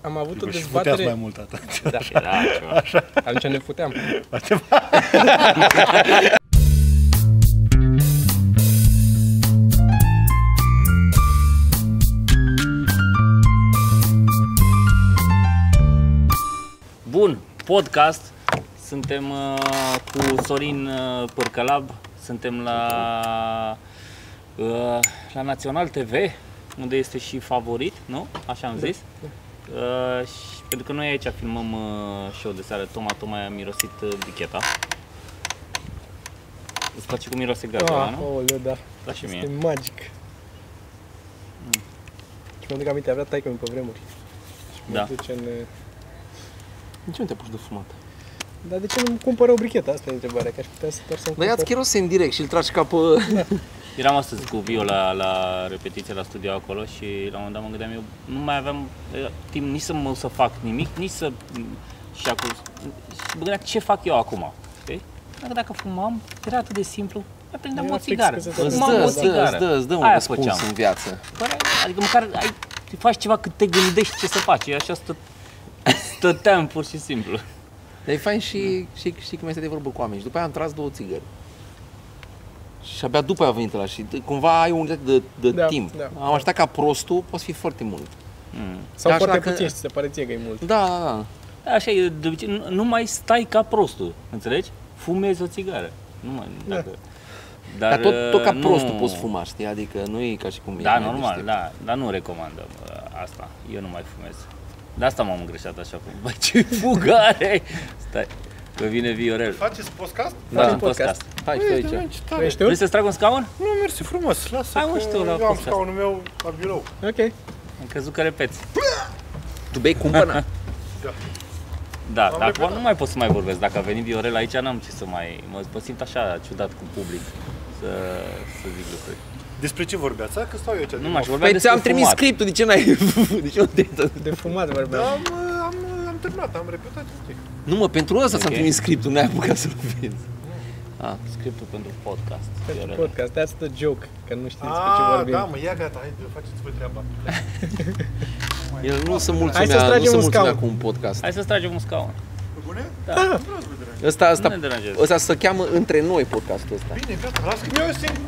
am avut o Digo, și puteați mai dezbatere... mult atât. Da, Era ceva. atunci ne puteam. Bun, podcast. Suntem uh, cu Sorin uh, Părcălab. Suntem la, uh, la Național TV, unde este și favorit, nu? Așa am zis. Uh, și, pentru că noi aici filmăm uh, show de seară. Toma, Toma a mirosit uh, bricheta. Îți place cum miroase gazul ăla, Ah, nu? oh, da. Da și Este mie. magic. Mm. Și mă duc aminte, avea taică mi pe vremuri. Și mă Da. duce în... eh, Nici nu te apuci de fumat. Dar de ce nu-mi cumpără o brichetă? Asta e întrebarea, că aș putea să doar să-mi Dar ia-ți cumpăr. cherosen direct și îl tragi ca pe... Eram astăzi cu Vio la, la repetiție la studio acolo și la un moment dat mă gândeam, eu nu mai aveam eh, timp nici să mă să fac nimic, nici să... Și acum, și mă gândeam ce fac eu acum, știi? Dacă, dacă fumam, era atât de simplu, mai prindeam Era o fix țigară, că se Îți fumam dă, o îți dă, țigară, îți dă, îți dă un aia răspuns făceam. în viață. Pare- Adică măcar ai, faci ceva cât te gândești ce să faci, eu așa stă, stăteam pur și simplu. Dar e fain și, și știi cum este de vorbă cu oameni. Și după aia am tras două țigări. Și abia după aia a venit la și de- cumva ai o unitate de, de Da, timp. da. Am așteptat ca prostul, poți fi foarte mult. Mm. Sau Așa foarte că- puțin și ți se pare ție că e mult. Da, da, da. Așa e, de obicei, nu, nu mai stai ca prostul, înțelegi? Fumezi o țigară. Nu mai, Da. dacă... Dar, tot, tot ca uh, prostul poți fuma, știi? Adică nu e ca și cum e Da, mai normal, deștept. da, dar nu recomandăm uh, asta. Eu nu mai fumez. De asta m-am îngreșat așa cum. Băi, ce fugare! Stai, că vine Viorel. Da, Faceți podcast? Facem un podcast. Hai, stai aici. tare. Ești tu? Vrei să-ți trag un scaun? Nu, mersi frumos, lasă Hai, mă, că știu, la eu am podcast. scaunul meu la birou. Ok. Am crezut că repeți. Tu bei cumpăna? Da, Am dar repetat. acum nu mai pot să mai vorbesc. Dacă a venit Viorel aici, n-am ce să mai... Mă, mă simt așa ciudat cu public să, să zic lucruri. Despre ce vorbeați? Că stau eu aici. Nu mai știu, vorbeam Păi despre ți-am trimis fumat. scriptul, de ce n-ai... de ce nu te... De fumat vorbeam. Da. Am, am, am terminat, am repetat. uite. Nu mă, pentru ăsta ți-am Ok. trimis scriptul, n-ai apucat să-l vezi. Ah, Scriptul pentru podcast. Pentru Viorel. podcast, that's the joke, că nu știți despre ce Ah, vorbim. da, mă, ia gata, hai, faceți voi treaba. El nu se Hai să-ți mulțumea, nu tragem se un mulțumea scaun. cu un podcast. Hai să-ți tragem un scaun. Pe bune? Da. Asta Ăsta, nu ăsta, ne deranjează. ăsta se cheamă între noi podcastul ăsta. Bine, gata, las că eu sunt.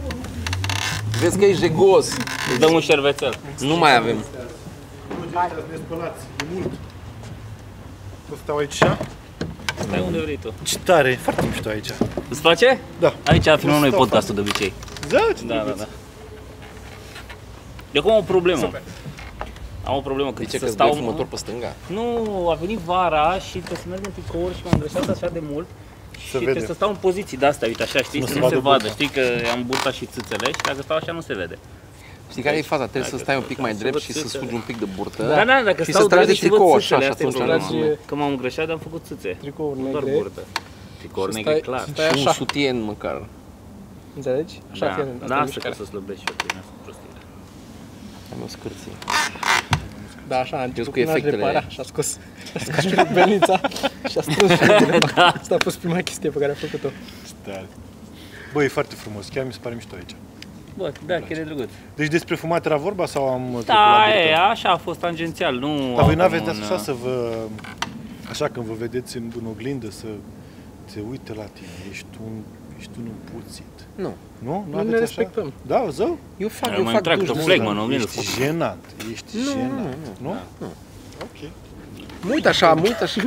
Vezi că e jegos. Îți dăm un șervețel. Nu mai avem. Nu, hai. ne spălați, e mult. Tot stau aici. Stai unde vrei tu. Ce tare, e foarte mișto aici. Îți place? Da. Aici filmăm noi Stau podcastul de obicei. Da, ce Da, da, drăguț. da. Eu acum am o problemă. Am o problemă că De ce să că stau stau fumător pe stânga? Nu, a venit vara și trebuie să merg în tricouri și m-am îngreșat așa de mult. și vede. trebuie să stau în poziții de astea, uite așa, știi, Nu să se nu se vadă vadă, burta. știi că am burta și țâțele și dacă stau așa nu se vede. Știi care e faza? Trebuie să Dacă stai un pic mai să drept văd și să țâțele. scugi un pic de burtă. Da, da, dacă și stau să tragi de drept și văd tricou așa țâțele, și asta e atunci problema tragi- mea. Că m-am îngreșat, dar am făcut țâțe. Tricouri Nu doar negre. burtă. Tricouri Și negre, stai- clar. stai Și un așa. sutien măcar. Înțelegi? Așa Da, fie, asta e da, asta ca mișcarea. să slăbesc și eu, că nu sunt prostire. Am o scârție. Da, așa, a început cu cu efectele. efectele. Repara, și a scos, a scos și rubelnița și a strâns și da. Asta a fost prima chestie pe care a făcut-o. Ce tare. Bă, e foarte frumos, chiar mi se pare mișto aici. Bă, da, chiar e drăguț. Deci despre fumat era vorba sau am trecut la Da, burtă? e, așa a fost tangențial, nu... Dar voi acum n-aveți de un, așa să vă... Așa când vă vedeți în, în oglindă să se uite la tine, ești un, ești un împuțit. Nu. Nu? Nu ne aveți respectăm. Așa? Da, zău? Eu fac, Eu eu mă fac întrag duș. că mă plec, uit mă, în oglindă. Ești jenant, ești nu, jenant, nu? Da. Ok. la- Mă uit așa, mă uit așa.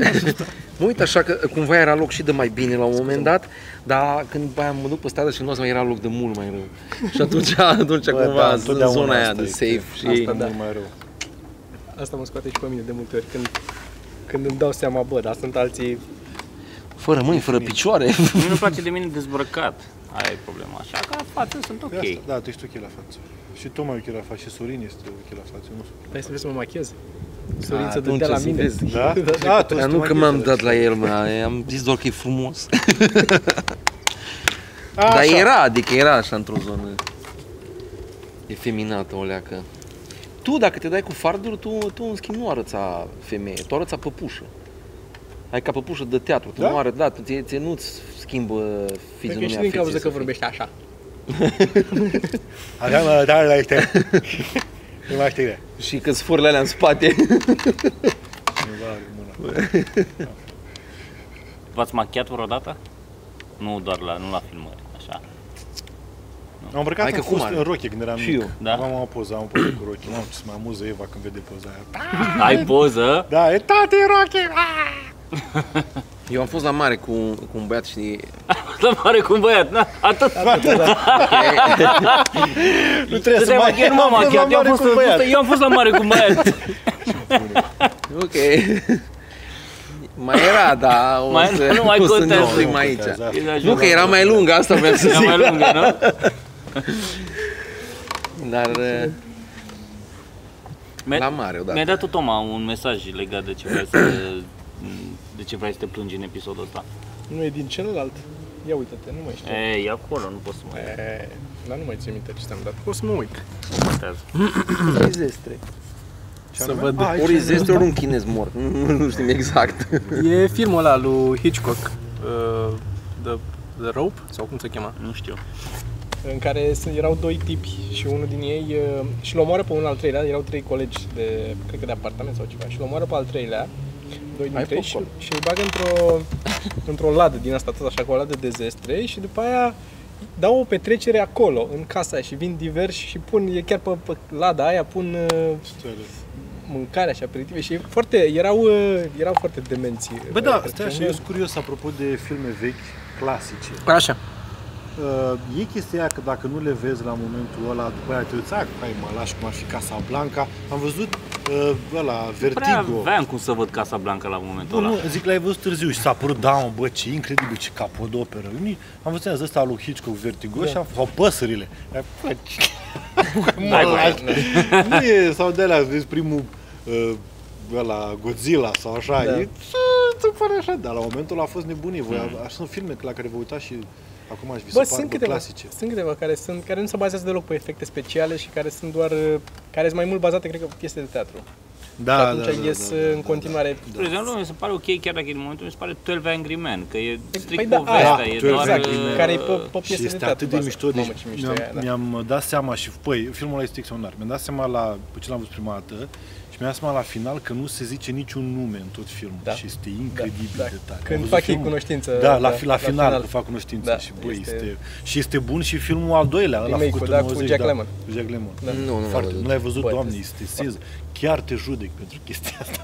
Mă uit așa că cumva era loc și de mai bine la un moment dat, dar când după aia mă duc pe stradă și nu o să mai era loc de mult mai rău. Și atunci, atunci Bă, cumva da, sunt în întotdeauna zona aia asta de e. safe și... Asta da. mult mai rău. Asta mă scoate și pe mine de multe ori când, când îmi dau seama, bă, dar sunt alții... Fără mâini, fără picioare. Mie nu place de mine dezbrăcat. Aia e problema. Așa că față sunt ok. De Asta, da, tu ești ok la față. Și tu mai ok la față, și Sorin este ok la față, nu știu. Hai să vezi să mă machez. Sorin să Da, Atunci dădea la să mine. vezi. Da? da, tu Dar ești nu mai că ok m-am la- dat la el, mă, am zis doar că e frumos. A, Dar așa. era, adică era așa într-o zonă efeminată, o leacă. Tu, dacă te dai cu farduri, tu, tu în schimb nu arăța femeie, tu arăța păpușă. Ai ca păpușă de teatru, tu Da? nu arăți, da, tu, ție, ție nu-ți schimbă Cred că fizionomia e și din cauza feței că să fii. vorbește așa. Aveam la da, la este. Nu mai știu. Și că sfârle alea în spate. V-ați machiat vreodată? Nu doar la, nu la filmări, așa. Am îmbrăcat Hai că în, cum fost, are? în rochie când eram Și mic. eu, da. Am o poză, am o poză cu rochie. Mamă, ce se mai amuză Eva când vede poza aia. Ai poză? Da, e tati rochie! Ah, aaa! Eu am fost la mare cu, cu un băiat și La mare cu un băiat, na, atât. Nu trebuie să Te-ai mai... machiat, nu Am m-am fost la mare machiat, eu am fost, cu un băiat. eu am fost la mare cu un băiat. Ok. mai era, da, o Mai- să, nu mai o să contează. ne oprim Nu aici. contează, asta. Nu că era mai lungă, asta vreau să Era zic. mai lungă, nu? Dar uh, Mi-a- la mare Mi-a odată. dat tot Toma un mesaj legat de ce vrei să de ce vrei să te plângi în episodul ăsta. Nu e din celălalt. Ia uite-te, nu mai știu. Ei, e acolo, nu pot să mai E, dar nu mai țin minte ce ți-am dat. O să mă uit. contează. Zestre. Să văd. A, aici Ori da. e- este ori un chinez mort, nu, nu știm exact. E filmul ăla lui Hitchcock. Uh, The, The Rope? Sau cum se chema? Nu știu. În care sunt- erau doi tipi și unul din ei uh, și l omoară pe unul al treilea, erau trei colegi de, cred că de apartament sau ceva, și l omoară pe al treilea, doi dintre ei și, și îl bagă într-o, într-o ladă din asta, tot așa, cu o ladă de zestre și după aia dau o petrecere acolo, în casa aia, și vin diversi și pun, e chiar pe, pe lada aia, pun uh, mâncare și aperitive și e foarte, erau, uh, erau foarte uh, demenți. Bă, da, Cred stai că așa, eu sunt curios apropo de filme vechi, clasice. Așa. Uh, e chestia aia că dacă nu le vezi la momentul ăla, după aia te uiți, "Ah, hai mă lași cum ar fi Casa Blanca. Am văzut uh, ăla, Prea Vertigo. aveam cum să văd Casa Blanca la Da, momentul Nu, ăla. nu, zic, l-ai văzut târziu și s-a părut, da, mă, bă, ce incredibil, ce capodoperă. Unii, am văzut azi ăsta lui Hitchcock, Vertigo, Da. și am, sau păsările. Ai, bă, ce- mă N-ai voie. lași. Nu e, sau de alea, vezi primul, uh, ăla, Godzilla sau așa, Da. Mm. e, ți pare așa, dar la momentul ăla a fost nebunie. Voi, a- sunt filme la care vă uitați și acum aș vi Bă, se par sunt bă, câteva, clasice. sunt câteva care, sunt, care nu se bazează deloc pe efecte speciale și care sunt doar, care sunt mai mult bazate, cred că, pe piese de teatru. Da, atunci ies uh, în continuare. Păi da, Spre exemplu, mi se pare ok chiar dacă din momentul mi se pare 12 Angry Men, că e strict da, povestea, aia, e 12 doar... Angry uh, Men. care e pe, pe piese exact. Și de este teatru. atât de bază. mișto, deci Mamă, ce mișto mi-am, e aia, da. mi-am dat seama și, păi, filmul ăla este extraordinar. Mi-am dat seama la, pe ce l-am văzut prima dată și mi-am dat seama la final că nu se zice niciun nume în tot filmul. Da. Și este incredibil Da, da. de tare. Am Când văzut fac ei filmul- cunoștință. Da, la, fi- la, final, că fac cunoștință. Da, și, băi, este- este... și este bun și filmul al doilea, ăla Remake-ul, făcut în da, cu 90, Jack da, Lemmon. Cu Jack Lemmon. Da. Nu, nu l-am Foarte, văzut. nu l-ai văzut, Băi, doamne, este- este sez. Chiar te judec pentru chestia asta.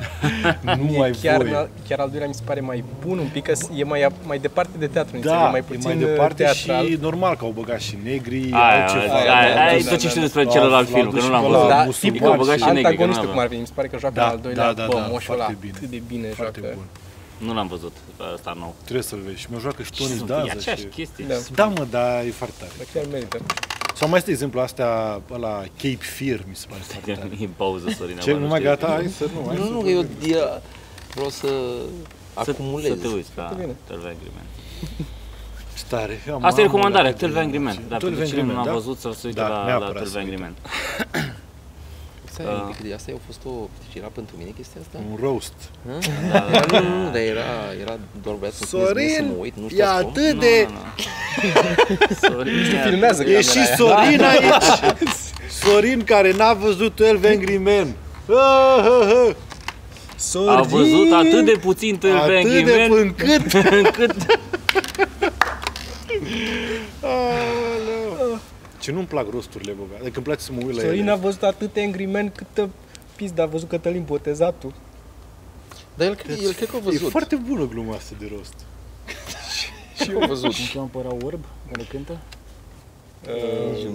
nu Mie ai chiar, voie. al- chiar al doilea mi se pare mai bun un pic, că s- e mai, mai departe de teatru, înțeleg, Da, e mai puțin uh, e mai departe teatral. și normal că au băgat și negri, Aia, altceva. aia, aia, da, aia e da, tot ce da, știu da. despre celălalt L-au film, că dus nu și l-am pe văzut. la Da, musulmani tipul și- băgat și negri, că nu antagonistul l-am cum ar veni, mi se pare că joacă Da, la al doilea, da, da, bă, da, moșul foarte ăla, bine. cât de bine Foarte joacă. bun. Nu l-am văzut pe ăsta nou. Trebuie să-l vezi. Și mi-a jucat că și Și Tony sunt e Danza. aceeași și- chestie. Da. Da, mă, da, e foarte tare. Dar chiar merită. Sau mai este exemplu astea la Cape Fear, mi se pare foarte tare. E pauză, Da, Sorina. Ce, bă, nu mai știu. gata? Hai să nu, hai Nu, să... nu, că eu, eu vreau să Să, acumulez. să te uiți la Foarte bine. 12 Angry Men. Ce tare. Am- Asta e am- recomandarea, am- 12 Angry Men. am- 12 Dar pentru cine Angry nu Men, a da? văzut să se uite Da, la, la neapărat să 12 Angry uite. Men. Stai Da. un pic, de- asta a fost o era pentru mine chestia asta? Un roast. Da, Era, nu, nu, nu, dar era, era doar băiatul cu chinez, nu să mă uit, nu știu cum. Nu, nu, nu. Sorina. Filmează da, camera E și aia. Sorin aici. Sorin care n-a văzut 12 Angry Men. Ah, ah, ah. A Sorin! văzut atât de puțin 12 Angry Atât de Men încât încât Aoleu. Ce nu-mi plac rosturile, bă, adică îmi place să mă uit la Sorin ele. a văzut atât Angry Man cât pizda a văzut Cătălin Botezatul. Dar el, cred- el cred că a E văzut. foarte bună gluma asta de rost. și eu am văzut. Cum cheamă pe ăla orb care cântă?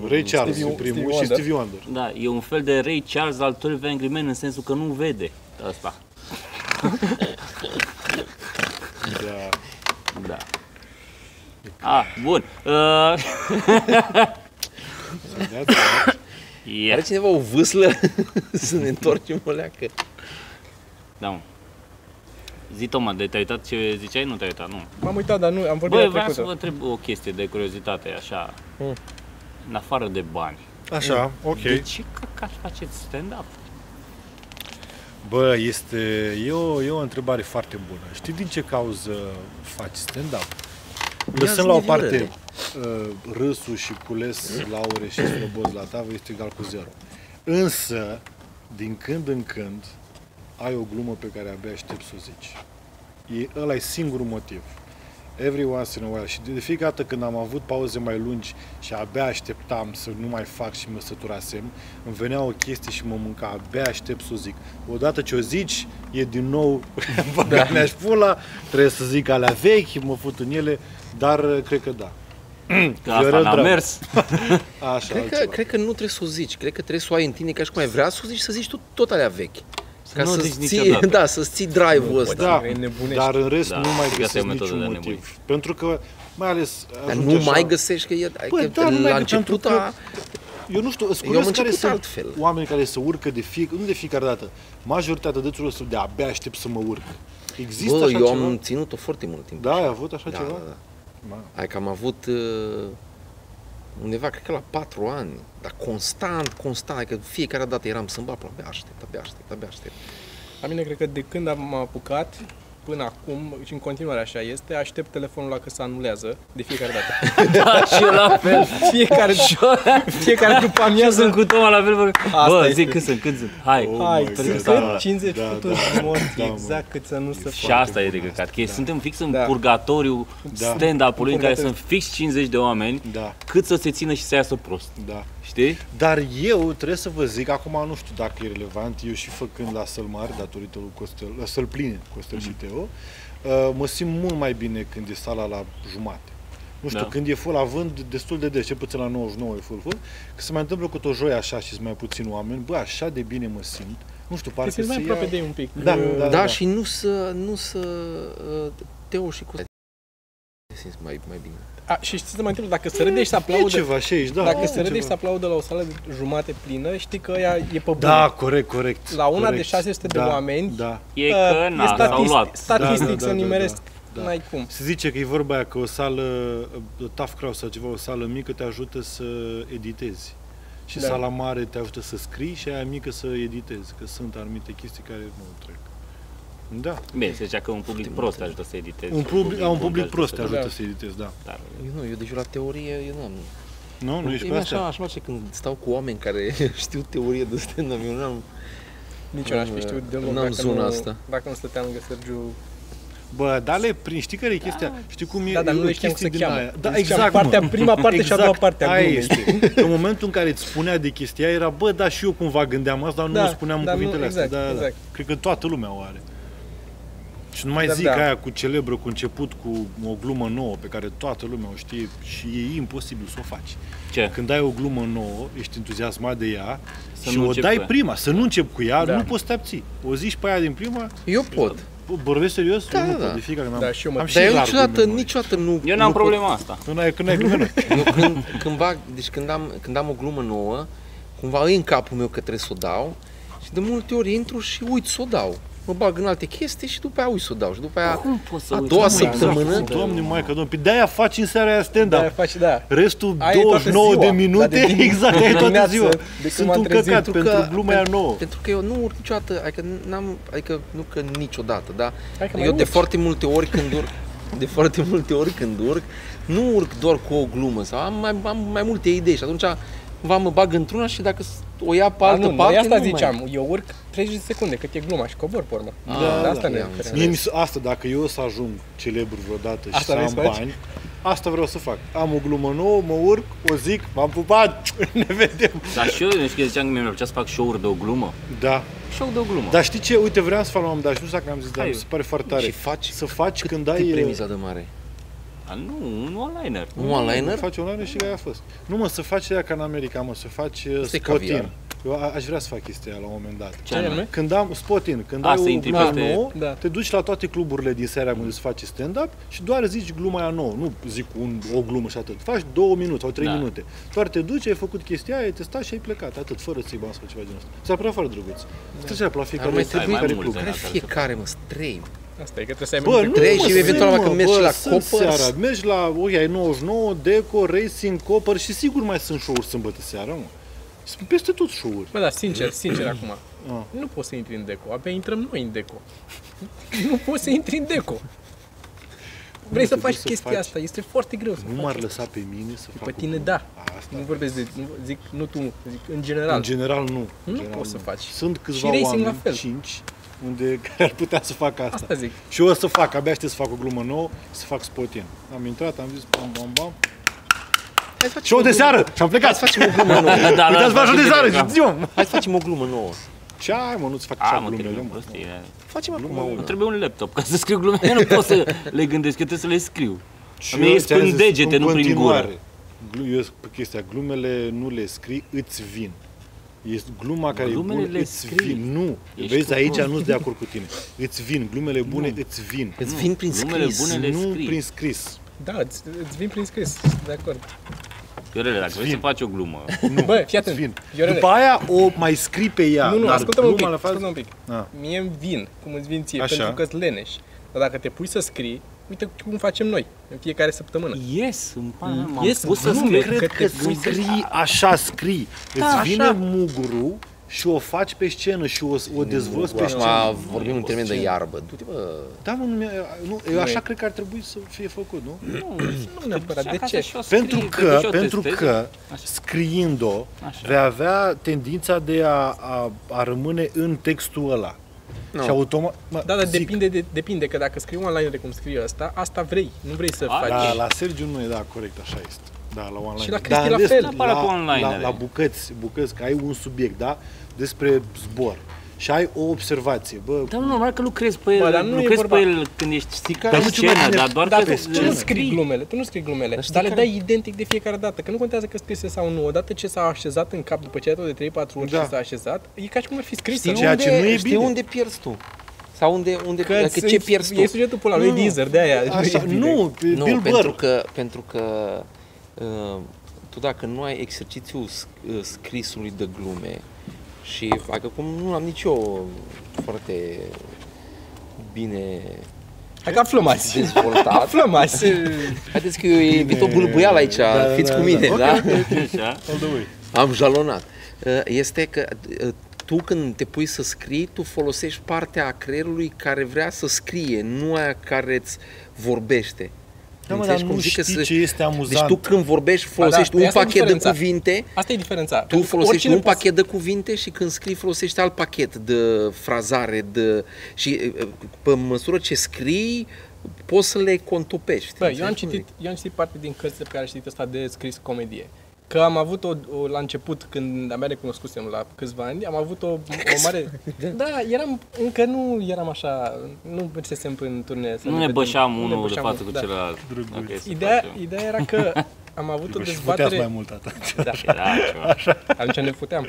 Ray Charles Stevie- e primul Stevie și Wonder. Stevie Wonder. Da, e un fel de Ray Charles al 12 Angry Men în sensul că nu vede asta. Da. Da. Ah, bun. Uh, Vedeați? Are yeah. cineva o vâslă să ne întorcem o leacă? Da, mă. Zi, Toma, de te-ai uitat ce ziceai? Nu te-ai uitat, nu. M-am uitat, dar nu, am vorbit Băi, Hm. la vreau să vă trecută. întreb o chestie de curiozitate, așa. Mm. În afară de bani. Așa, ok. De ce căcat faceți stand-up? Bă, este e o, e o întrebare foarte bună. Știi din ce cauză faci stand-up? Lăsăm la o parte uh, râsul și cules laure și slăboz la tavă este egal cu zero. Însă, din când în când, ai o glumă pe care abia aștept să o zici. E, ăla e singurul motiv. Every once in a while. Și de de fiecare dată când am avut pauze mai lungi și abia așteptam să nu mai fac și mă săturasem, îmi venea o chestie și mă mânca, abia aștept să o zic. Odată ce o zici, e din nou da. mi-aș pula, trebuie să zic alea vechi, mă fut în ele, dar uh, cred că da. Că asta Viorel n-a Dragu. mers. Așa, Cred că, altceva. cred că nu trebuie să o zici, cred că trebuie să o ai în tine ca și cum ai vrea să o zici, să zici tu tot alea vechi. Să nu o să-ți zici ții, niciodată. da, să-ți ții drive-ul ăsta. Da, care nebunește. dar în rest Da, da, nu mai cred că asta e găsesc o metodă niciun de a motiv. nebuni. Pentru că, mai ales... Dar ajunge nu așa- mai găsești că e, Bă, că da, nu mai la găsești, început da, pentru că a... Eu nu știu, sunt Eu am curios care început sunt altfel. oameni care se urcă de fie, nu de fiecare dată. Majoritatea dățurilor sunt de abia aștept să mă urc. Există Bă, așa eu ceva? am ținut-o foarte mult timp. Da, ai avut așa da, ceva? da, da. Mamă. Hai că am avut uh, undeva, cred că la patru ani, dar constant, constant, adică fiecare dată eram sâmbapă, abia aștept, abia aștept, abia aștept. La mine cred că de când am apucat până acum și în continuare așa este, aștept telefonul la că se anulează de fiecare dată. Da, și eu la fel. Fiecare, fiecare după Eu amiază sunt cu Toma la fel. Bă, bă este. zic cât sunt, cât sunt. Hai. Oh Hai, my trebuie God, să da, 50 da, puturi da. de morți, Da, mă. exact cât să nu se Și facă. asta e de căcat, că suntem fix în Da. purgatoriu Da. stand-up-ului în Purgatoriu. care sunt fix 50 de oameni Da, cât să se țină și să iasă prost. da. Știi? Dar eu trebuie să vă zic, acum nu știu dacă e relevant, eu și făcând la Sălmar, datorită lui Costel, la Sălpline, Costel Mhm. și Teo, uh, mă simt mult mai bine când e sala la jumate. Nu știu, Da. da. când e full având destul de des, cel puțin la 99 e full full, că se mai întâmplă cu o joie așa și sunt mai puțin oameni, bă, așa de bine mă simt. Nu știu, Te parcă simți mai se aproape ia- de ei un pic. Da, Eu- da, Da, și nu să, nu să, uh, Teo și cu... Te simți mai, mai bine. A, și știi să mă întreb, dacă se râde și se E aplaudă, ceva și aici, da. dacă e se râde și ceva. se aplaudă la o sală de jumate plină, știi că ea e pe bune. Da, corect, corect. La una corect. de 600 de da, oameni, uh, Da. E că e na, s-au statistic, luat. statistic Da, da, să da, da, nimeresc, da. n-ai cum. Se zice că e vorba aia că o sală, uh, Tough Crowd sau ceva, o sală mică te ajută să editezi. Și Da. da. sala mare te ajută să scrii și aia mică să editezi, că sunt anumite chestii care nu trec. Da, Bine, se zicea că un public prost te ajută să editezi. un public, a, un public bun prost te ajută ajută Da. să editezi, da. să- Dar Eu nu, eu deci la teorie, eu nu am... Nu? Nu ești Ei, pe mie așa, asta? aș place când stau cu oameni care știu teorie de stand-up, eu n-am... Nici eu n-aș N-am, fi știut deloc n-am dacă zona nu, asta. Dacă nu stăteam lângă Sergiu. Bă, dar le prin, știi care e chestia? Știi cum e? Da, dar E nu o le știam cum chestie se din cheamă. aia. Le Da, știam exact, Partea, mă. prima parte și a doua parte a Exact. aia glumei. este. Că în momentul în care îți spunea de chestia aia, era, bă, da, și eu cumva gândeam asta, dar nu Da, da, spuneam dar da, nu, cuvintele astea. exact, Da, da, exact. Cred că toată lumea o are. Și nu mai Da, zic da. aia cu celebră, cu început, cu o glumă nouă pe care toată lumea o știe și e imposibil să o faci. ce? Când ai o glumă nouă, ești entuziasmat de ea Să și nu o începi dai cu ea. prima, să nu începi cu ea, Da. nu poți să te abții. O zici pe aia din prima, Eu pot, bă, vorbesc serios, Da, Eu nu da, pot, da. de fiecare dată. Da, și eu mă- Am dar eu rar niciodată, glume noi. niciodată nu... Eu n-am nu pot. problema asta. Nu ai, când ai glume noi. Eu când, când, bag, deci când, am, când am o glumă nouă, cumva e în capul meu că trebuie să o dau și de multe ori intru și uit să o dau. Mă bag în alte chestii și după aia uit să o dau și după aia... Cum poți să A uiți? doua Cum săptămână- exact? Săptămână? Doamne, mai că doamne, păi de-aia faci în seara aia Da, stand-up. faci, da. Restul Aia e toată 29 de ziua, minute, dar de din- exact, de aia e toată dimineață, ziua. de când Sunt m-am un trezit, căcat pentru că- gluma aia nouă. Pentru că eu nu urc niciodată, adică n-am, adică nu că niciodată, da? Hai că mai Eu de urci. foarte multe ori când urc, de foarte multe ori când urc, nu urc doar cu o glumă, sau am mai, am mai multe idei și atunci cumva mă bag într-una și dacă s- o ia pe Dar altă Ah, nu, parte, noi asta nu ziceam, Mai... eu urc 30 de secunde cât e gluma și cobor pe urmă. Ah, De da, asta ne am referim. Mie mi se- asta, dacă eu o să ajung celebru vreodată și Asta să vrei am să faci? bani, asta vreau să fac. Am o glumă nouă, mă urc, o zic, m-am pupat, ne vedem. Dar și eu, nu știu, că ziceam că mi-ar plăcea să fac show-uri de o glumă. Da, Show de o glumă. dar știi ce? Uite, vreau să fac la un moment dat, și nu știu dacă am zis, dar Hai. mi se pare foarte tare. Și faci Să faci când cât e ai... premiza de mare? Dar nu, un one-liner. Un one-liner? Faci online și aia a fost. Nu mă, să faci aia ca în America, mă, să faci uh, Asta e spotin. caviar. Eu a- aș vrea să fac chestia aia la un moment dat. Ce anume? Când am spotin, când A, să ai o intri glumă peste- nouă, Da. te duci la toate cluburile din seara unde se face stand-up și doar zici gluma aia nouă. Nu zic un, o glumă și atât. Faci două minute sau trei Da. minute. Doar te duci, ai făcut chestia aia, ai testat și ai plecat. Atât, fără să-i bani sau ceva genul ăsta. S-ar părea foarte drăguț. Da. Trecerea pe la Ar fiecare, mai la trebui fiecare mai club. multe. care fiecare, mă, sunt trei. Asta e că trebuie să ai Bă, nu, Trei mă, și sunt, eventual mă, dacă mergi bă, și la sunt Copăr. Seara. Mergi la, ok, ai 99, Deco, Racing, Copăr și sigur mai sunt show-uri sâmbătă seara, mă. Sunt peste tot show-uri. Bă, dar sincer, sincer acum, Ah. nu poți să intri în deco, abia intrăm noi în deco. Nu poți să intri în deco. Vrei să trebuie faci chestia faci- asta, este foarte greu să Nu faci. m-ar lăsa pe mine să fac Pe o tine, glumă. da. Asta. Nu vorbesc de, nu, zic, nu tu, zic în general. În general nu. În Nu general, poți să faci. Sunt câțiva racing oameni, la fel. cinci, unde care ar putea să facă asta. Asta zic. Și eu o să fac, abia aștept să fac o glumă nouă, să fac spotin. Am intrat, am zis bam, bam, bam. Hai să facem Show o de glumă. seară! Și am Hai plecat! să facem o glumă nouă. Da, da, Uitați-vă la show de seară! Și ziua! Hai să facem o glumă nouă. Ce ai, mă, nu-ți fac A, așa mă, glumele, trebuie mă. prostie. Facem acum Glumă una. Îmi trebuie un laptop ca să scriu glume. Eu nu pot să le gândesc, eu trebuie să le scriu. Și Îmi eu ies ți-am prin zis, degete, în nu prin continuare, gură. glu- Eu pe chestia, glumele nu le scrii, îți vin. E gluma care Glumele e bună, le îți scrii. vin. Nu, Ești vezi, tu aici prost. nu sunt de acord cu tine. Îți vin, glumele bune îți vin. Îți vin prin Glumele scris. bune le nu scrii. prin scris. Da, îți, îți vin prin scris, sunt de acord. Iorele, dacă vrei să faci o glumă, Nu, Bă, fii Îți atent. vin. Iorele, După aia o mai scrii pe ea. nu, nu, dar ascultă-mă un pic, gluma la față- ascultă-mă un pic. Da. Mie îmi vin, cum îți vin ție, Așa. pentru că-s leneș. Dar dacă te pui să scrii, uite cum facem noi, în fiecare săptămână. ies, îmi pana Mm. mea, m-am Ies, pus să nu, scriu. cred Cred că că te gândești- scrii așa, Da, scrii. Îți vine așa. mugurul și o faci pe scenă și o, o dezvolți pe scenă. Acum vorbim în termen de iarbă. Du-te, bă. Da, mă, nu, mi-a- nu, eu așa cred că ar trebui să fie făcut, nu? Nu neapărat, de Acasă ce? și o scrii, Pentru te duci că, și o pentru testezi. că Așa. scriind-o, Așa. vei avea tendința de a, a, a rămâne în textul ăla. Nu. Și automat... mă, Da, dar zic, depinde, de, depinde că dacă scrii online de cum scrie asta, asta vrei, nu vrei să A, faci. Da, la Sergiu nu e, da, corect, așa este. Da, la online. Și la Dar Cristi la des- fel. Neapărat cu online la, are. la bucăți, bucăți, că ai un subiect, da? Despre zbor. Și ai o observație. Bă, Da, Dar nu, normal că lucrezi pe Bă, el, dar nu e lucrezi vorba- pe el când ești Știi pe care e cel mai scenă, bine- dar doar Da, că tu, tu nu scenă. scrii glumele, tu nu scrii glumele, dar, le dai identic de fiecare dată, că nu contează că scrise sau nu, odată ce s-a așezat în cap după ce ai dat-o de 3-4 ori Da. și s-a așezat, e ca și cum ar fi scris. Știi Ceea unde, ce nu e știi bine. unde pierzi tu? Sau unde, unde că Că ce pierzi tu? E sujetul pula lui Nu, Deezer, de aia. Așa, nu, pe nu, Bill pentru Burr. că, pentru că uh, tu dacă nu ai exercițiul sc- uh, scrisului de glume și dacă cum nu am nici eu foarte bine Hai că aflăm azi. dezvoltat. Aflăm azi. Haideți că eu evit o bâlbâială aici, Da, da, fiți da, cu da. mine, Ok, da? Așa. All the way. Am jalonat. Uh, Este că uh, tu când te pui să scrii, tu folosești partea a creierului care vrea să scrie, nu aia care îți vorbește. Da, mă, dar Înțelegi nu cum zic că știi se- ce este amuzant. Deci tu când vorbești folosești Ba da, un asta e pachet de diferența. cuvinte, Asta e diferența. tu folosești Oricine un poate- pachet de cuvinte și când scrii folosești alt pachet de frazare de și uh, pe măsură ce scrii poți să le contopești. Bă, eu am, înțelegi cum citit, zic? eu am citit parte din cărțile pe care am citit asta de scris comedie. Că am avut o, o la început, când abia recunoscusem la câțiva ani, am avut o, o mare... da, eram, încă nu eram așa, nu mergem în turnee. să Nu ne vedem. bășeam Nu ne unul de bășeam față cu unul, da. celălalt. Drăguț. Dacă e să Ideea, facem. ideea era că am avut o Și puteați mai dezbatere... mult atât. Da, Era ceva. atunci ne puteam.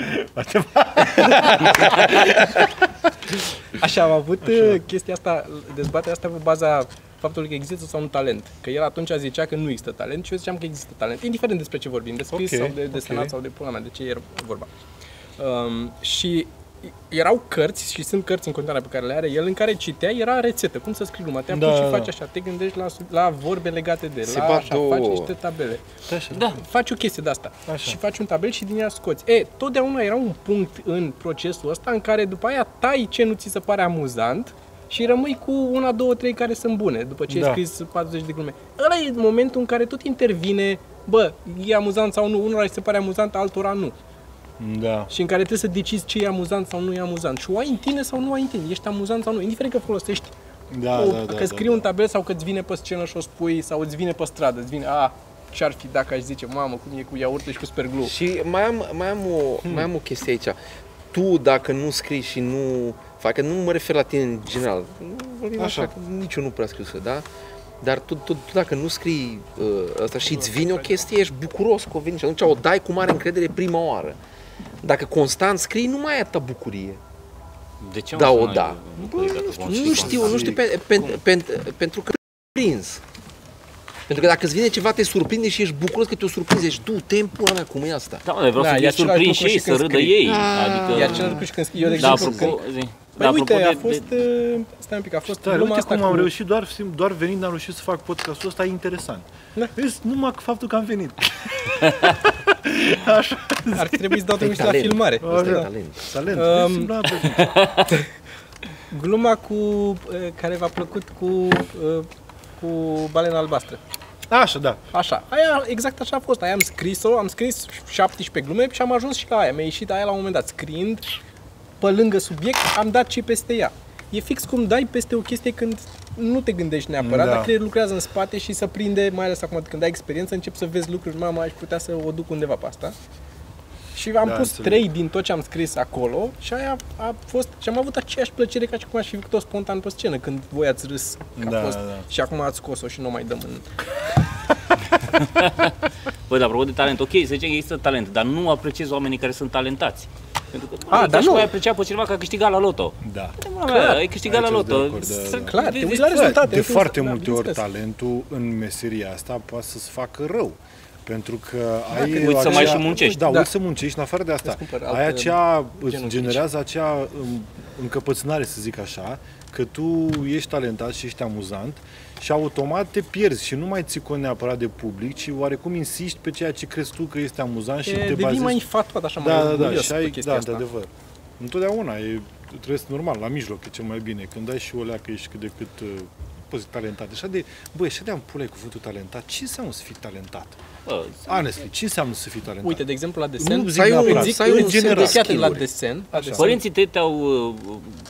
Așa, am avut uh, da. chestia asta, dezbaterea asta pe baza faptului că există sau nu talent. Că el atunci zicea că nu există talent și eu ziceam că există talent, indiferent despre ce vorbim, de scris Ok, sau de desenat ok. sau de pula mea, de ce era vorba. Um, și erau cărți și sunt cărți în continuare pe care le are el în care citea era rețetă, cum să scrii lumea, te apuci Da, și da, da. faci așa, te gândești la, sub- la vorbe legate de, Se la bat așa, două. faci niște tabele Da, faci o chestie de asta Așa. și faci un tabel și din ea scoți. E, totdeauna era un punct în procesul ăsta în care după aia tai ce nu ți se pare amuzant și rămâi cu una, două, trei care sunt bune după ce da. Da. ai scris 40 de glume. Ăla e momentul în care tot intervine, bă, e amuzant sau nu, unora îi se pare amuzant, altora nu. Da. Și în care trebuie să decizi ce e amuzant sau nu e amuzant. Și o ai în tine sau nu o ai în tine, ești amuzant sau nu, indiferent că folosești Da, o, da, da, că da, scrii da. un tabel sau că îți vine pe scenă și o spui sau îți vine pe stradă, îți vine, a, ce-ar fi dacă aș zice, mamă, cum e cu iaurtul și cu sperglu. Și mai am, mai, am o, mai am o chestie aici. Tu dacă nu scrii și nu faci, că nu mă refer la tine în general, vorbim așa, Așa. că nici eu nu prea scriu să, da? Dar tu, tu, tu dacă nu scrii uh, asta și îți vine o chestie, ești bucuros că o vine și atunci o dai cu mare încredere prima oară. Dacă constant scrii, nu mai ai atâta bucurie. de ce Da, mă o sunai? da. Bă, dacă vom fi Nu știu, nu știu, pe, pe, pe, pentru că prins. Pentru că dacă îți vine ceva, te surprinde și ești bucuros că te-o surprinzi. Ești tu, tempura mea, cum e asta? Da, mă, dar vreau Da, să e fie același surprins și lucru ei, și să când râdă scrii. ei. Adică... Da. E același lucru și când eu, de Da, exemplu, când... apropo, zi. Păi Da, uite, apropo a de- fost, de- uh, stai un pic, a fost Tare, gluma uite asta cum cu... am reușit, doar, sim- doar venind am reușit să fac podcastul ăsta, e interesant. Da. Vezi, numai cu faptul că am venit. Ar fi trebuit să dau E trimiși la filmare. Ăsta e Da. talent. Talent. Um, Um, ă, Gluma cu... uh, care v-a plăcut cu... uh, cu balena albastră. Așa, da. Așa, aia, exact așa a fost, aia am scris-o, am scris 17 glume și am ajuns și la aia. Mi-a ieșit aia la un moment dat, scriind, pe lângă subiect, am dat și peste ea. E fix cum dai peste o chestie când nu te gândești neapărat, Da. dar creierul lucrează în spate și să prinde, mai ales acum când ai experiență, începi să vezi lucruri, mama, aș putea să o duc undeva pe asta. Și am Da, da, pus înțeleg. trei din tot ce am scris acolo și aia a fost și am avut aceeași plăcere ca și cum aș fi făcut-o spontan pe scenă, când voi ați râs că Da, a fost da. și acum ați scos-o și nu o mai dăm în Bă, dar apropo de talent, ok, să zicem că există talent, dar nu apreciez oamenii care sunt talentați. Pentru că, A, bă, dar dacă nu. ai aprecia pe cineva că a câștigat la loto. Da. Clar, ai câștigat la Aici sunt de loto. acord, da, Să- da. Clar, te vezi- uiți la rezultate. De ai cum foarte să- da, multe ori bineînțeles. talentul în meseria asta poate să-ți facă rău. Pentru că ai că uiți să mai și muncești. Da, Da. uiți să muncești, în afară de asta. Îți cumpăr Ai alte acea, îți genunchi. generează acea um, încăpățânare, să zic așa, că tu ești talentat și ești amuzant și automat te pierzi și nu mai ții cont neapărat de public, ci oarecum insisti pe ceea ce crezi tu că este amuzant și E, te devii bazezi mai infatuat, așa, mai da, da, da, orgolios și pe ai, chestia da, asta. într-adevăr. Întotdeauna, e, trebuie să normal, la mijloc e cel mai bine. Când ai și o leacă, ești cât de cât uh, poți talentat. Așa de, băi, așa de am pula ai cuvântul talentat. Ce înseamnă să fii talentat? Bă, Honestly, ce înseamnă să fii talentat? Uite, de exemplu, la desen, Nu zic să ai neapărat, un- zic să ai în un semn de general, skill-uri. la desen, la desen. Părinții tăi te-au uh,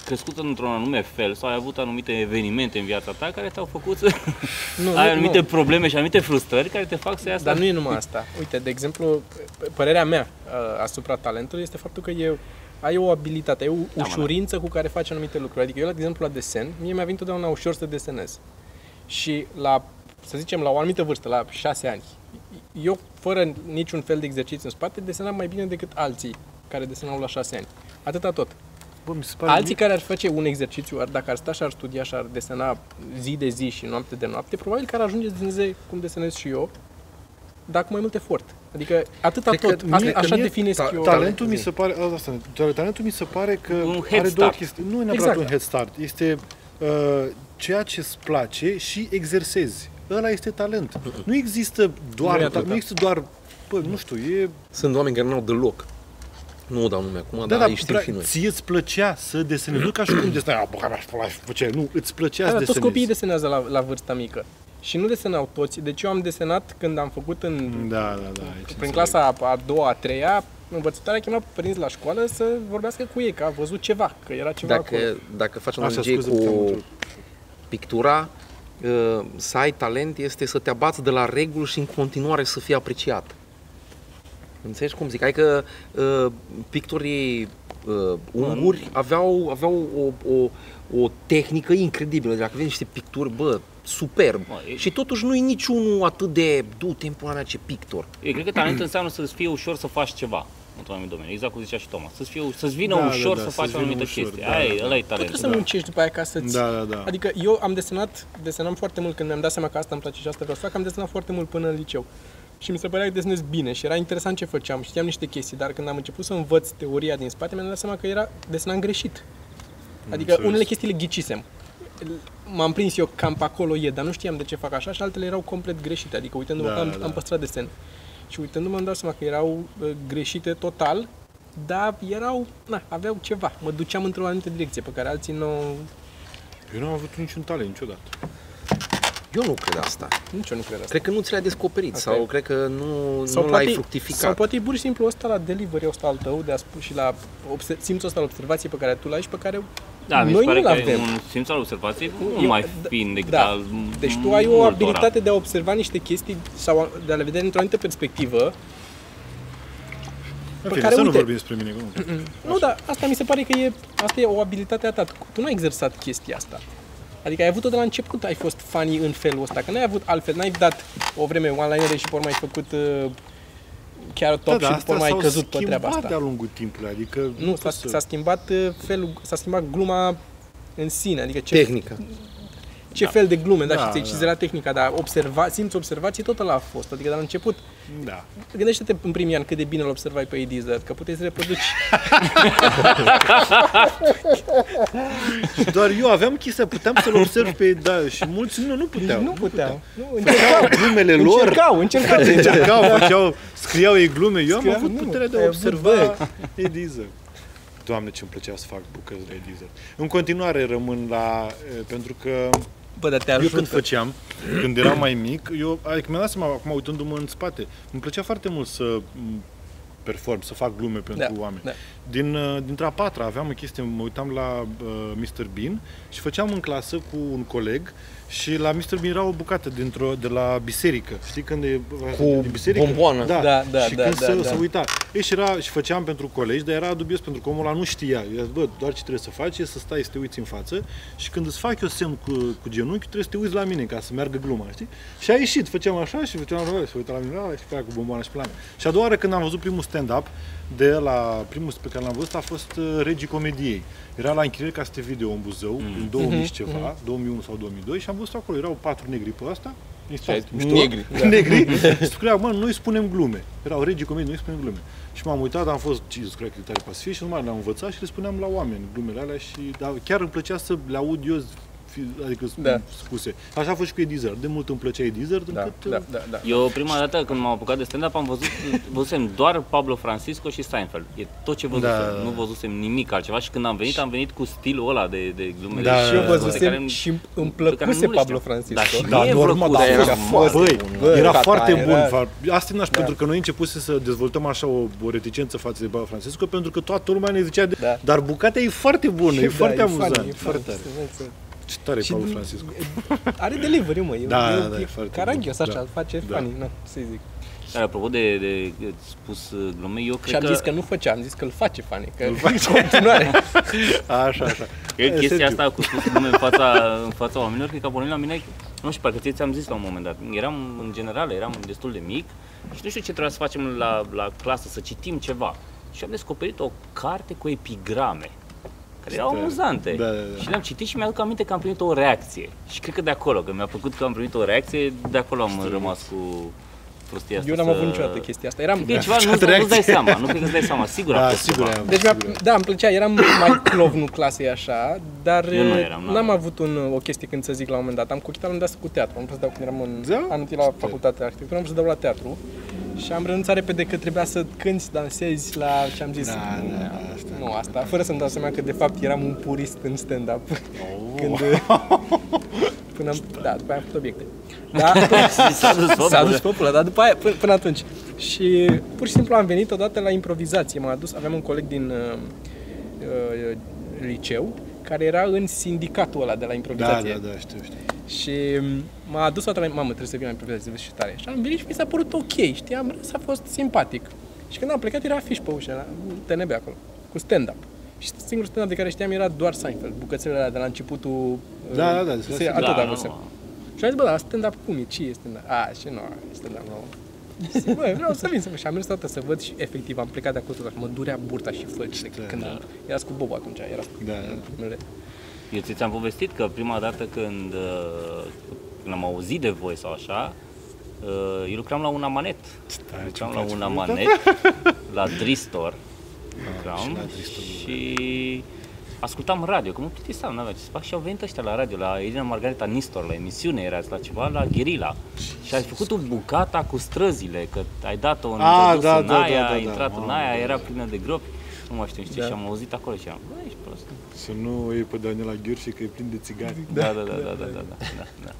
crescut într-un anume fel sau ai avut anumite evenimente în viața ta care te-au făcut să Nu, ai nu, anumite nu. probleme și anumite frustrări care te fac să iasă. Dar nu e numai asta. Uite, de exemplu, p- părerea mea uh, asupra talentului este faptul că eu ai o abilitate, ai o mă, da. ușurință cu care faci anumite lucruri. Adică eu, de exemplu, la desen, mie mi-a venit totdeauna ușor să desenez. Și la, să zicem, la o anumită vârstă, la șase ani, eu, fără niciun fel de exercițiu în spate, desenam mai bine decât alții care desenau la șase ani. Atâta tot. Bă, mi se Păi, pare Alții care ar face un exercițiu, ar, dacă ar sta și ar studia și ar desena zi de zi și noapte de noapte, probabil că ar ajunge să deseneze cum desenez și eu, dar cu mai mult efort. Adică atâta Cred că tot, asta, mie- că așa mie definesc ta- eu. Talentul mi zi. se pare, a, asta, tal- talentul mi se pare că Un head are două start. chestii. Nu e neapărat Exact. un head start, este uh, ceea ce îți place și exersezi. Ăla este talent. Nu există Nu e doar, nu, atâta. nu există doar, bă, nu știu, e Sunt oameni care n-au deloc. Nu o dau nume acum, Da, dar da, îi știm pra- și noi. ție îți plăcea să desenezi, nu ca și cum desenai, "A, bă, că mi-aș pula, aș făcea." nu, îți plăcea Da, să dar toți desenezi. copiii desenează la, la vârsta mică. Și nu desenau toți. Deci eu am desenat când am făcut în, Da, da, da. aici prin înțeleg. clasa a, a doua, a treia, învățătoarea chema pe părinți la școală să vorbească cu ei, că a văzut ceva, că era ceva acolo. Dacă, dacă faci Așa, analogie scuze, că te-am cu întrerupt. pictura, uh, să ai talent este să te abați de la reguli și în continuare să fii apreciat. Înțelegi cum zic? Adică uh, pictorii uh, unguri Da. aveau, aveau o, o, o tehnică incredibilă. Dacă vezi niște picturi, bă, superb. Mă, e- și totuși nu e niciunul atât de du-te în pula mea ce pictor. Eu cred că talent înseamnă să-ți fie ușor să faci ceva într-un anumit domeniu, exact cum zicea și Toma. Să-ți, fie, să-ți vină Da, da, ușor da, să să-ți faci o vină anumită ușor, chestie. da, Aia e, da. ăla e Tot trebuie talentul. să muncești după aia ca să-ți Da, da, da. Adică eu am desenat, desenam foarte mult când mi-am dat seama că asta îmi place și asta vreau să fac, am desenat foarte mult până în liceu. Și mi se părea că desenez bine și era interesant ce făceam, știam niște chestii, dar când am început să învăț teoria din spate, mi-am dat seama că era desenam greșit. Adică Înțeles. unele chestii le ghicisem. M-am prins eu cam pe acolo e, dar nu știam de ce fac așa și altele erau complet greșite. Adică uitându-mă Da, că am, da. am păstrat desen. Și uitându-mă am dat seama că erau uh, greșite total, dar erau, na, aveau ceva. Mă duceam într-o anumită direcție pe care alții nu, Eu nu am avut niciun talent niciodată. Eu nu cred asta. nici eu nu cred asta. Cred că nu ți l-ai descoperit Asta sau e. cred că nu, Sau nu l-ai poate- fructificat. Sau poate e pur și simplu ăsta la delivery, ăsta al tău, de a spune și la obse- simțul ăsta al observației pe care tu l-ai și pe care Da, mi se noi pare nu că e l-avem. un simț al observației mult Eu- mai da, fin decât da. al Deci tu ai o multora. abilitate de a observa niște chestii sau a- de a le vedea dintr-o anumită perspectivă. În fine, care, să nu uite- vorbim despre mine. că nu. Nu, dar asta mi se pare că e, asta e o abilitate a ta. Tu tu nu ai exersat chestia asta. Adică ai avut-o de la început, ai fost funny în felul ăsta, că n-ai avut altfel, n-ai dat o vreme online și pe urmă ai făcut uh, chiar top și după urmă ai da, s-au căzut pe treaba schimbat asta. de-a lungul timpului, adică... Nu, s-a, poți să- s-a schimbat uh, felul, s-a schimbat gluma în sine, adică ce, Tehnică. ce fel de glume, da, Da, da și ți-ai da. cizelat tehnica, dar observa, simți observații, tot ăla a fost, adică de la început, Da. gândește-te în primii ani cât de bine îl observai pe Eddie Izzard, că puteai să reproduci. Doar eu aveam chestia, puteam să-l observ pe... Da, și mulți nu, nu Deci puteau. nu puteau, nu, Făceau glumele lor, încercau, încercau, să- încercau, Deci, făceau, scriau ei glume. Eu am Scriau, avut nu, puterea de ai a avut, da. observa Ediza. Doamne, ce-mi plăcea să fac bucăți de Ediza. În continuare rămân la... e, eh, Pentru că Bă, dar te Eu când ajută. făceam, când eram mai mic, eu, adică mi-am dat seama, acum uitându-mă în spate, îmi plăcea foarte mult să m, perform, să fac glume pentru oameni. Da. Din, uh, dintre a patra aveam o chestie, mă uitam la uh, Mr. Bean și făceam în clasă cu un coleg și la Mr. Bean era o bucată dintr-o, de la biserică. Știi când e Cu din biserică? bomboană. Da, Da, da, și da, când da, se, da. se uita. Ei, și, Deci era, și făceam pentru colegi, dar era dubios pentru că omul ăla nu știa. Eu zic, bă, doar ce trebuie să faci e să stai să te uiți în față și când îți fac eu semn cu, cu genunchi, trebuie să te uiți la mine ca să meargă gluma, știi? Și a ieșit, făceam așa și făceam așa, și uita la mine, ala, și pe aia cu bomboana și pe la mine. Și a doua oară când am văzut primul stand-up, de la primul pe care l-am văzut a fost uh, Regii Comediei. Era la închiriere ca să te video în Buzău, Mm. în 2000 și ceva, 2001 sau 2002 și am văzut acolo, erau patru negri pe asta, Și ai Mișto, zis, mișto. negri, Da. negri. și spunea, mă, noi spunem glume. Erau regii comedii, noi spunem glume. Și m-am uitat, am fost, Jesus Christ, cât de tare pasific și numai le-am învățat și le spuneam la oameni glumele alea și da, chiar îmi plăcea să le aud eu fi- adică sp- Da. spuse. Așa a fost și cu Eddie Izzard. De mult îmi plăcea Eddie Izzard, Da, încât da, uh, da, da. Eu prima dată când m-am apucat de stand-up am văzut, văzusem doar Pablo Francisco și Steinfeld. E tot ce văzusem, Da, da, da. nu văzusem nimic altceva și când am venit, am venit cu stilul ăla de, de glume. Da, Și eu da, pe care văzusem nu- și îmi pe care nu plăcuse le Pablo știam. Francisco. Da, și Da, mie normal, îmi dar plăcuse. era foarte Băi, bun, bă, bă, era tata foarte era- Da. bun. Era... Asta e nașpa, pentru că noi începuse să dezvoltăm așa o, o reticență față de Baba Francesco, pentru că toată lumea ne zicea, de... Da. dar bucata e foarte bună, e Da, foarte funny, amuzant. e foarte funny, tare. este- Ce tare e Și Pablo din- Francisco. Are delivery, mă, e, Da, e, da, da, e e foarte caragios, bun. așa, Da. îl face Da. funny, na, să-i zic. Dar apropo de, de, de spus uh, glume, eu Și cred am că, zis că nu făcea, am zis că îl face funny, că Îl face. continuare. Așa, așa. că chestia Sergiu. asta cu spus glume în fața, în fața oamenilor, cred că a pornit la mine, nu știu, parcă ție ți-am zis la un moment dat. Eram, în general, eram destul de mic și nu știu ce trebuia să facem la, la clasă, să citim ceva. Și am descoperit o carte cu epigrame, care erau Da. amuzante. Da, da, da. Și le-am citit și mi-aduc aminte că am primit o reacție. Și cred că de acolo, că mi-a plăcut că am primit o reacție, de acolo am rămas cu prostia asta. Eu n-am să- avut niciodată chestia asta. Eram, Cred că e ceva, nu, nu-ți dai seama, nu cred că-ți dai seama, sigur a Da, fost sigur ceva. am. Deci, mi-a, da, îmi plăcea, eram mai clovnul clasei așa, dar Eu nu eram, nu n-am aveam. avut un, o chestie când să zic la un moment dat. Am cochitat la un dat cu teatru, am vrut să dau când eram în Da? anul întâi la facultatea de arhitectură, am vrut să dau la teatru. Și am renunțat repede că trebuia să cânti, dansezi la ce am zis. Da, da, da, asta. Nu, asta, fără să-mi dau seama că de fapt eram un purist în stand-up. Oh. Când, până am, da, după aia am făcut obiecte. Da, S-a dus focul. S-a dus popula, dar după aia, până, până atunci. Și pur și simplu am venit odată la improvizație. M-a adus, aveam un coleg din uh, uh, liceu care era în sindicatul ăla de la Da, improvizație. da, da, știu, știu. Și m-a adus o dată la mamă, trebuie să vin la improvizație, vezi ce tare. Și am venit și mi s-a părut ok, știam, s-a fost simpatic. Și când am plecat era afiș pe ușă, la TNB acolo, cu stand-up. Și singurul stand-up de care știam era doar Seinfeld, bucățele alea de la începutul... Da, uh, da, da, se- da, da, atât da, am văzut. nu. Și am zis, bă, dar stand-up cum e? Ce e stand-up? A, și nu, e stand-up nou. Zic, Bă, vreau să vin să și am mers toată să văd și efectiv am plecat de acolo tot așa, mă durea burta și făcile Da, când da. am... Erați cu Bob atunci, erați cu Da, da. primele... Eu ți- ți-am povestit că prima dată când, uh, când am auzit de voi sau așa, uh, eu lucram la un amanet. tare, lucram ce la Deci faci, un mă. amanet, la Dristor. Lucram și la Dristor, și ascultam radio, că mă plictiseam, n-aveam ce să fac și au venit ăștia la radio, la Irina Margareta Nistor, la emisiune erați, la ceva, la Gherila. Și ai făcut o bucata cu străzile, că ai dat-o în, Ah, ai dus da, în da, da, aia, da, da, ai intrat în mamă, aia, da. era plină de gropi. Nu mai știu, știu, Da. și am auzit acolo și am, bă, ești prost. Să nu o iei pe Daniela Ghiurșe că e plin de țigani. Da, da, da, da, da, da, da, da, da.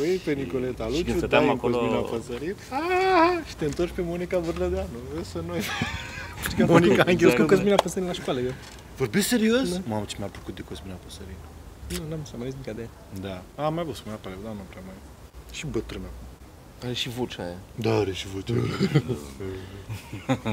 O iei pe Nicoleta când Luciu, stăteam dai acolo- acolo... Cosmina Păsărit. Aaa, și te întorci pe Monica Vârlădeanu. Vezi să noi... Monica Angel, Cu că Cosmina Păsărin la școală, eu. Vorbești serios? Mamă, ce mi-a plăcut de Cosmina Păsărit. Nu, n-am să mai zis nimic de ea. Da. Am mai văzut cum era pe dar nu prea mai... Și bătrână. Are și vocea aia. Da, are și bătrână.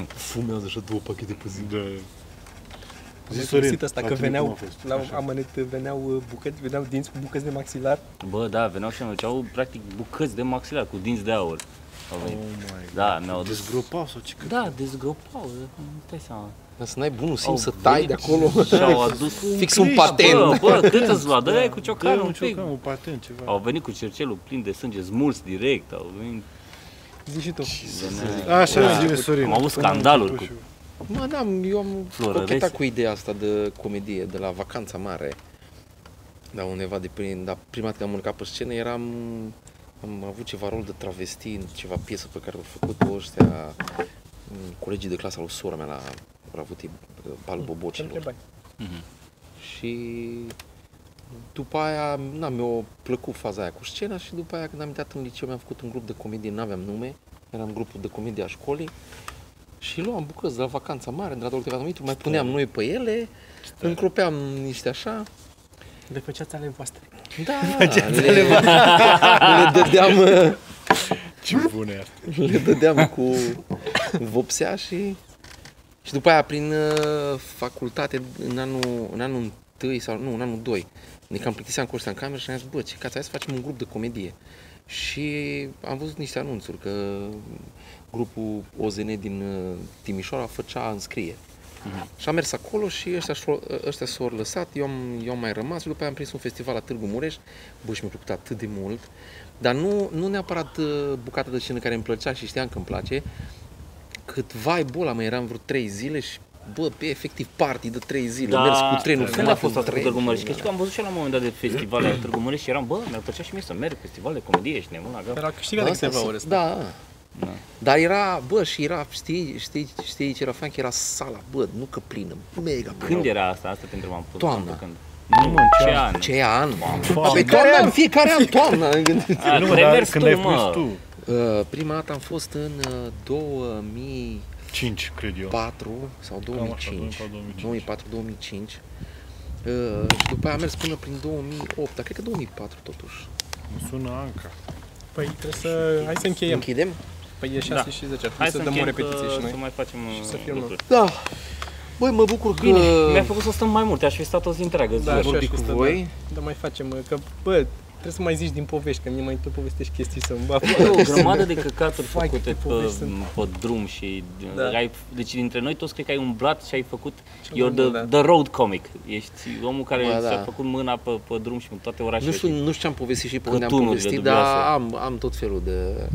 Fumează așa două pachete pe zi. da. Am Zi, mai Sorin, folosit asta, la că tine cum a veneau fost? la Așa. amănet, veneau uh, bucăți, veneau dinți cu bucăți de maxilar. Bă, da, veneau și îmi făceau practic bucăți de maxilar cu dinți de aur. Au Oh venit. my god. Da, mi-au dus. Dezgropau sau ce? Da, dezgropau, nu dai seama. Dar să n-ai bunul Au simț să tai de venit acolo. Și au adus Fix un Cristi, Bă, patent. bă, cât îți lua, dă cu Dă ciocanul un un pic. ciocan, un patent, ceva. Au venit cu cercelul plin de sânge, smuls direct, au venit. Zici și tu. Așa, Da. zile Sorin. Am avut scandaluri cu... Mă, da, eu am Florărețe. cochetat cu ideea asta de comedie, de la vacanța mare. Da, undeva de prin, dar prima dată când am urcat pe scenă eram, am avut ceva rol de travesti în ceva piesă pe care au făcut-o ăștia, m, colegii de clasă al lui sora mea la, au avut ei, uh, balul Ce bobocelor. întrebai? Și după aia, na, mi-a plăcut faza aia cu scena și după aia când am intrat în liceu mi-am făcut un grup de comedie, n-aveam nume, eram grupul de comedie a școlii și luam bucăți de la vacanța mare, de la Dolce Gadomitru, mai puneam noi pe ele, încropeam niște așa. Le făceați ale voastre. Da, le, le dădeam, Ce bune e asta. le dădeam cu vopsea și... Și după aia prin uh, facultate, în anul, în anul întâi sau nu, în anul 2, ne cam plictiseam cursa în cameră și ne-am zis, bă, ce cați, hai să facem un grup de comedie. Și am văzut niște anunțuri că grupul OZN din uh, Timișoara făcea înscrieri. Și am mers acolo și ăștia, și-o- ăștia s-au lăsat, eu am, eu am mai rămas și după aia am prins un festival la Târgu Mureș, bă, și mi-a plăcut atât de mult, dar nu, nu neapărat uh, bucata de scenă care îmi plăcea și știam că îmi place, cât vai bola, mă, eram vreo 3 zile și bă, pe efectiv party de 3 zile, da, mers cu trenul, Când fumat a fost în asta cu tren, Târgu Mureș? Că da. știu că am văzut și eu la un moment dat de festival la Târgu Mureș și eram, bă, mi-ar plăcea și mie să merg festival de comedie, ești nebun la Dar cap. a câștigat de asta câteva se- ore. Da. da. Dar era, bă, și era, știi, știi, știi ce era fain? Că era sala, bă, nu că plină, mega plină. Când era asta? Asta te întrebam. tot Toamna. timpul Când? Nu, mă, în ce an? Ce e an? Da, pe toamna, în fiecare an, toamna. am gândit. A, Nu, nu, mă, ai dar mers când tu, ai prins mă. tu? Uh, prima dată am fost în uh, 2000 5, cred eu. 2004 sau 2005. 2004-2005. 2004-2005. Uh, și după aia am mers până prin 2008, dar cred că 2004 totuși. Îmi sună Anca. Păi trebuie să... Hai să încheiem. Închidem? Păi e 6 Da. și 10. Ar Hai trebui să să dăm o încheiem repetiție și că să noi. mai facem uh, să filmăm. lucruri. Da. Băi, mă bucur că Bine, mi-a făcut să stăm mai mult, aș fi stat o zi întreagă. Da, Da, am așa vorbit și cu stă, da. voi. Dar mai facem, mă, că bă, trebuie să mai zici din povești, că mie mai tot povestești chestii să mă bat. o grămadă de căcaturi Fuck, făcute câte pe, povești sunt. pe drum și Da. ai, deci dintre noi toți cred că ai umblat și ai făcut Cel You're mai the, mult, da. the road comic. Ești omul care Ba, da. s-a făcut mâna pe, pe drum și în toate orașele. Nu știu, nu știu ce am povestit și pe unde am Cătunurile povestit, dubioase. dar am, am tot felul de...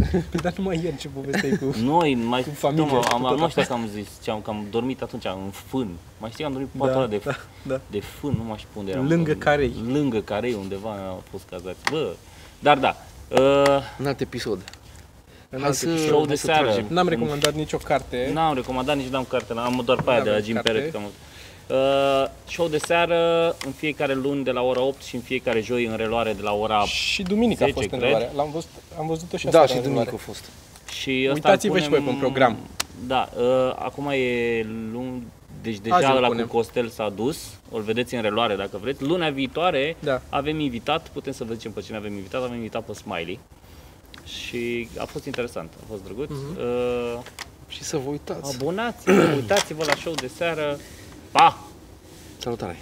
Dar nu mai ieri ce povesteai cu... Noi mai Cu familia domnul, și cu am, tot am, nu știu dacă am zis ce am, că am dormit atunci în fân. Mai știi că am dormit patru Da, ore de, da, da. de fân, nu mai știu pe unde eram. Lângă În- Carei. Lângă Carei undeva am fost cazați. Bă, dar da. Uh, În alt episod. În Hai alt să, episod. show hai de să seară. tragem. N-am recomandat nicio carte. N-am recomandat nici n-am carte, am doar pe aia N-am de la Jim carte. Perret. Că am... Uh, show de seară în fiecare luni de la ora 8 și în fiecare joi în reluare de la ora Și duminică a 10, fost cred. întrebarea. L-am văzut, am văzut-o și Da, aseară și în duminică a întrebare. fost. Și ăsta Uitați-vă îl și voi pe un program. Da, uh, acum e luni, deci Azi deja îl la cu punem. Costel s-a dus, îl vedeți în reluare dacă vreți. Luna viitoare Da. avem invitat, putem să vă zicem pe cine avem invitat, avem invitat pe Smiley. Și a fost interesant, a fost drăguț. Mhm. Uh, Și să vă uitați. abonați-vă, uitați-vă la show de seară. Pa! Salutare!